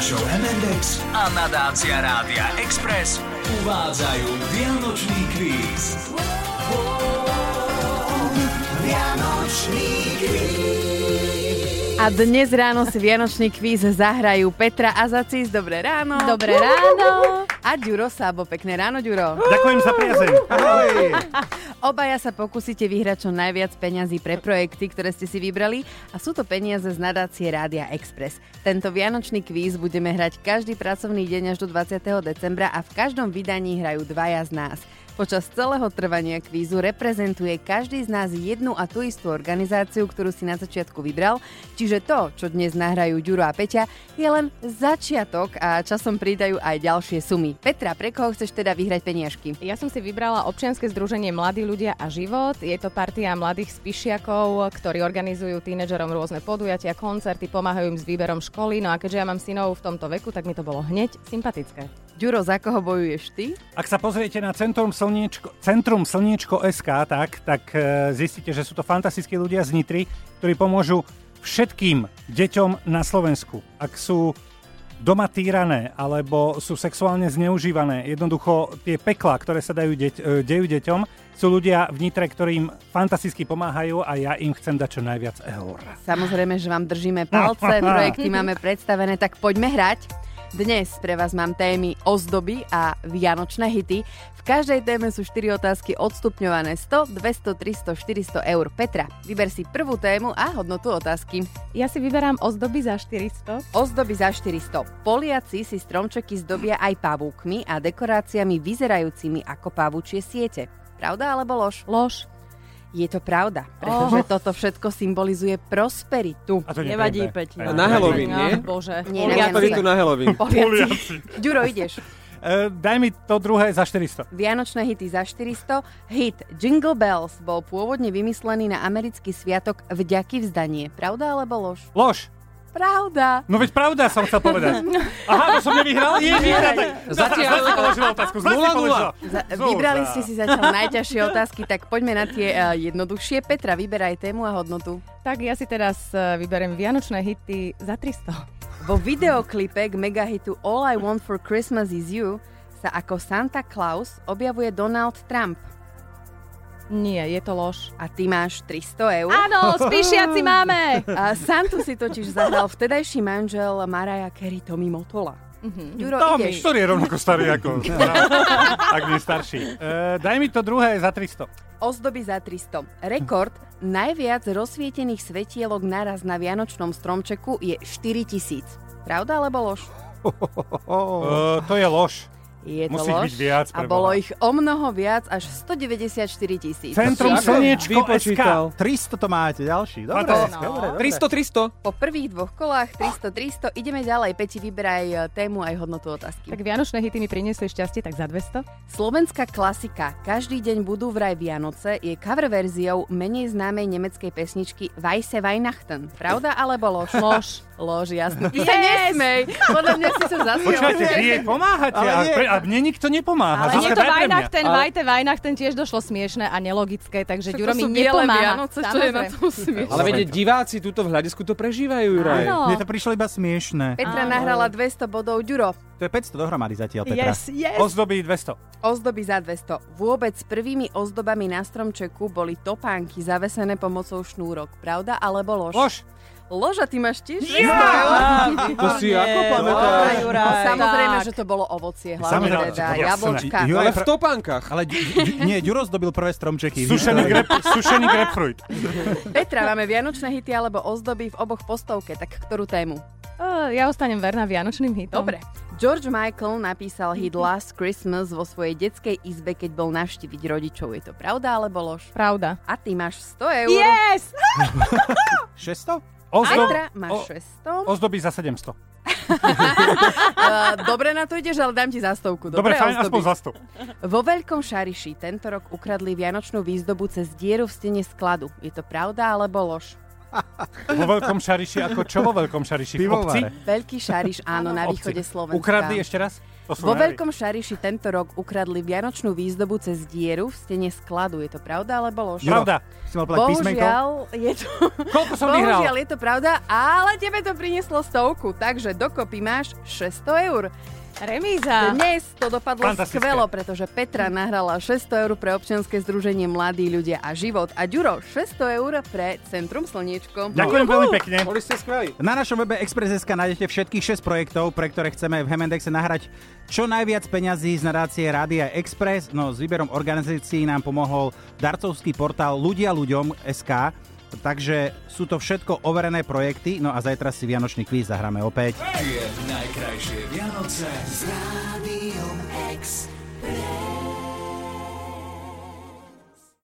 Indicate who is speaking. Speaker 1: show MNDX a nadácia Rádia Express uvádzajú Vianočný kvíz. Vianočný
Speaker 2: A dnes ráno si Vianočný kvíz zahrajú Petra a Zacís. Dobré ráno.
Speaker 3: Dobré ráno.
Speaker 2: A Ďuro Sábo. Pekné ráno, Ďuro.
Speaker 4: Ďakujem za priazeň. Ahoj.
Speaker 2: Obaja sa pokúsite vyhrať čo najviac peňazí pre projekty, ktoré ste si vybrali a sú to peniaze z nadácie Rádia Express. Tento vianočný kvíz budeme hrať každý pracovný deň až do 20. decembra a v každom vydaní hrajú dvaja z nás. Počas celého trvania kvízu reprezentuje každý z nás jednu a tú istú organizáciu, ktorú si na začiatku vybral, čiže to, čo dnes nahrajú Ďuro a Peťa, je len začiatok a časom pridajú aj ďalšie sumy. Petra, pre koho chceš teda vyhrať peniažky?
Speaker 3: Ja som si vybrala občianske združenie Mladí ľudia a život. Je to partia mladých spišiakov, ktorí organizujú tínedžerom rôzne podujatia, koncerty, pomáhajú im s výberom školy. No a keďže ja mám synov v tomto veku, tak mi to bolo hneď sympatické.
Speaker 2: Ďuro, za koho bojuješ ty?
Speaker 4: Ak sa pozriete na Centrum Slniečko, Centrum Slniečko SK, tak, tak e, zistíte, že sú to fantastickí ľudia z Nitry, ktorí pomôžu všetkým deťom na Slovensku. Ak sú doma týrané alebo sú sexuálne zneužívané, jednoducho tie pekla, ktoré sa dajú deť, e, dejú deťom, sú ľudia v Nitre, ktorým fantasticky pomáhajú a ja im chcem dať čo najviac eur.
Speaker 2: Samozrejme, že vám držíme palce, projekty máme predstavené, tak poďme hrať. Dnes pre vás mám témy ozdoby a vianočné hity. V každej téme sú 4 otázky odstupňované 100, 200, 300, 400 eur. Petra, vyber si prvú tému a hodnotu otázky.
Speaker 3: Ja si vyberám ozdoby za 400.
Speaker 2: Ozdoby za 400. Poliaci si stromčeky zdobia aj pavúkmi a dekoráciami vyzerajúcimi ako pavúčie siete. Pravda alebo lož?
Speaker 3: Lož.
Speaker 2: Je to pravda, pretože oh. toto všetko symbolizuje prosperitu.
Speaker 4: A to nie je E,
Speaker 5: Nevadí,
Speaker 4: pravda.
Speaker 5: Peťo.
Speaker 4: A
Speaker 6: Na Halloween, nie?
Speaker 3: No, bože.
Speaker 2: Nie,
Speaker 3: Poliaci.
Speaker 2: na
Speaker 6: Postaví tu na Halloween.
Speaker 2: Poliaci. Ďuro, ideš.
Speaker 4: E, daj mi to druhé za 400.
Speaker 2: Vianočné hity za 400. Hit Jingle Bells bol pôvodne vymyslený na americký sviatok vďaky vzdanie. Pravda alebo lož?
Speaker 4: Lož.
Speaker 2: Pravda.
Speaker 4: No veď pravda som chcel povedať. Aha, to som nevyhral? Nie, nie, nie.
Speaker 6: Zatiaľ.
Speaker 4: Zle si položila otázku. Zle si
Speaker 6: Nula,
Speaker 4: položila.
Speaker 2: Za,
Speaker 4: Zúza.
Speaker 2: vybrali ste si zatiaľ najťažšie otázky, tak poďme na tie eh, jednoduchšie. Petra, vyberaj tému a hodnotu.
Speaker 3: Tak ja si teraz eh, vyberiem vianočné hity za 300.
Speaker 2: Vo videoklipe k megahitu All I Want for Christmas is You sa ako Santa Claus objavuje Donald Trump.
Speaker 3: Nie, je to lož.
Speaker 2: A ty máš 300 eur.
Speaker 3: Áno, spíšiaci máme.
Speaker 2: A Santu si totiž zahral vtedajší manžel Mariah Carey Tommy Motola. Ďuro,
Speaker 4: Tommy,
Speaker 2: ideš.
Speaker 4: ktorý je rovnako starý ako... Ak nie starší. E, daj mi to druhé za 300.
Speaker 2: Ozdoby za 300. Rekord najviac rozsvietených svetielok naraz na vianočnom stromčeku je 4000. Pravda alebo lož?
Speaker 4: E, to je lož.
Speaker 2: Je to
Speaker 4: Musí
Speaker 2: lož.
Speaker 4: byť viac,
Speaker 2: a
Speaker 4: preboha.
Speaker 2: bolo ich o mnoho viac až 194 tisíc.
Speaker 4: Centrum
Speaker 6: Ako
Speaker 4: Slniečko SK.
Speaker 7: vypočítal. 300 to máte, ďalší. Dobre,
Speaker 4: Fantastické.
Speaker 7: dobre,
Speaker 6: No.
Speaker 7: dobre.
Speaker 6: 300, 300.
Speaker 2: Po prvých dvoch kolách 300-300 ideme ďalej. Peti, vyberaj eh, tému aj hodnotu otázky.
Speaker 3: Tak vianočné hity mi priniesli šťastie, tak za 200.
Speaker 2: Slovenská klasika Každý deň budú vraj Vianoce je cover verziou menej známej nemeckej pesničky Weisse Weihnachten. Pravda alebo lož? Lož. Lož, jasno. Ty sa nesmej. Podľa mňa si sa
Speaker 4: Počúvajte, vy
Speaker 2: zasmiel.
Speaker 4: jej pomáhate
Speaker 7: Ale
Speaker 4: a,
Speaker 7: nie.
Speaker 4: pre, a mne nikto nepomáha.
Speaker 3: Ale
Speaker 4: Zuzka,
Speaker 3: nie
Speaker 4: daj
Speaker 3: to
Speaker 4: pre mňa.
Speaker 3: Vajnach, ten Vajte Vajnach, ten tiež došlo smiešne a nelogické, takže
Speaker 2: Však to
Speaker 3: Ďuro mi
Speaker 2: sú biele
Speaker 3: nepomáha.
Speaker 2: Vianoce, čo je na
Speaker 3: Samozrejme.
Speaker 2: tom smiešne?
Speaker 6: Ale vedieť, diváci túto v hľadisku to prežívajú, Juraj.
Speaker 3: Áno.
Speaker 7: Mne to prišlo iba smiešné.
Speaker 2: Petra
Speaker 3: Áno.
Speaker 2: nahrala 200 bodov. Ďuro,
Speaker 7: To je 500 dohromady zatiaľ, Petra.
Speaker 3: Yes, yes.
Speaker 4: Ozdobí 200.
Speaker 2: ozdoby za 200. Vôbec prvými ozdobami na stromčeku boli topánky zavesené pomocou šnúrok. Pravda alebo lož?
Speaker 4: Lož.
Speaker 2: Loža, ty máš tiež?
Speaker 6: To si ako
Speaker 5: Dobre,
Speaker 6: pamätáš?
Speaker 5: Juraj.
Speaker 2: No, Samozrejme, že to bolo ovocie, hlavne
Speaker 7: Samozrejme,
Speaker 2: teda
Speaker 4: jasné.
Speaker 2: jablčka.
Speaker 7: Ju-
Speaker 6: Ale v topánkach.
Speaker 7: Ale Ďu- Ďu- nie, Ďuro zdobil prvé stromčeky.
Speaker 4: Sušený,
Speaker 7: Výborne.
Speaker 4: grep, sušený grapefruit.
Speaker 2: Petra, máme vianočné hity alebo ozdoby v oboch postovke, tak ktorú tému?
Speaker 3: Eh, Ja ostanem verná vianočným hitom.
Speaker 2: Dobre. George Michael napísal hit Last Christmas vo svojej detskej izbe, keď bol navštíviť rodičov. Je to pravda alebo lož?
Speaker 3: Pravda.
Speaker 2: A ty máš 100 eur.
Speaker 3: Yes!
Speaker 7: 600?
Speaker 4: Ozdob,
Speaker 2: Petra
Speaker 4: o-
Speaker 2: máš 600.
Speaker 4: ozdobí za 700.
Speaker 2: Uh, dobre na to ideš, ale dám ti zastovku. Dobre,
Speaker 4: Dobre, fajn,
Speaker 2: ozdoby.
Speaker 4: aspoň za 100.
Speaker 2: Vo Veľkom Šariši tento rok ukradli vianočnú výzdobu cez dieru v stene skladu. Je to pravda alebo lož?
Speaker 4: Vo Veľkom Šariši, ako čo vo Veľkom Šariši? V
Speaker 7: Pivovare.
Speaker 4: obci?
Speaker 2: Veľký Šariš, áno, na
Speaker 4: Obci.
Speaker 2: východe Slovenska.
Speaker 4: Ukradli ešte raz? To sú
Speaker 2: Vo
Speaker 4: nervy.
Speaker 2: Veľkom Šariši tento rok ukradli vianočnú výzdobu cez dieru v stene skladu. Je to pravda alebo lož?
Speaker 4: Pravda.
Speaker 7: Si mal povedať písmenko?
Speaker 2: Bohužiaľ je, to,
Speaker 4: Koľko som vyhral?
Speaker 2: bohužiaľ je to pravda, ale tebe to prinieslo stovku, takže dokopy máš 600 eur.
Speaker 3: Remíza.
Speaker 2: Dnes to dopadlo
Speaker 4: Fantastické.
Speaker 2: skvelo, pretože Petra nahrala 600 eur pre občianske združenie Mladí ľudia a život a Ďuro 600 eur pre Centrum Slniečko.
Speaker 4: Ďakujem veľmi pekne.
Speaker 6: Boli ste skvelí.
Speaker 7: Na našom webe Express.sk nájdete všetkých 6 projektov, pre ktoré chceme v Hemendexe nahrať čo najviac peňazí z nadácie Rádia Express. No s výberom organizácií nám pomohol darcovský portál ľudia ľuďom SK. Takže sú to všetko overené projekty, no a zajtra si Vianočný kvíz zahráme opäť.
Speaker 1: Tie najkrajšie Vianoce s Rádiom Express.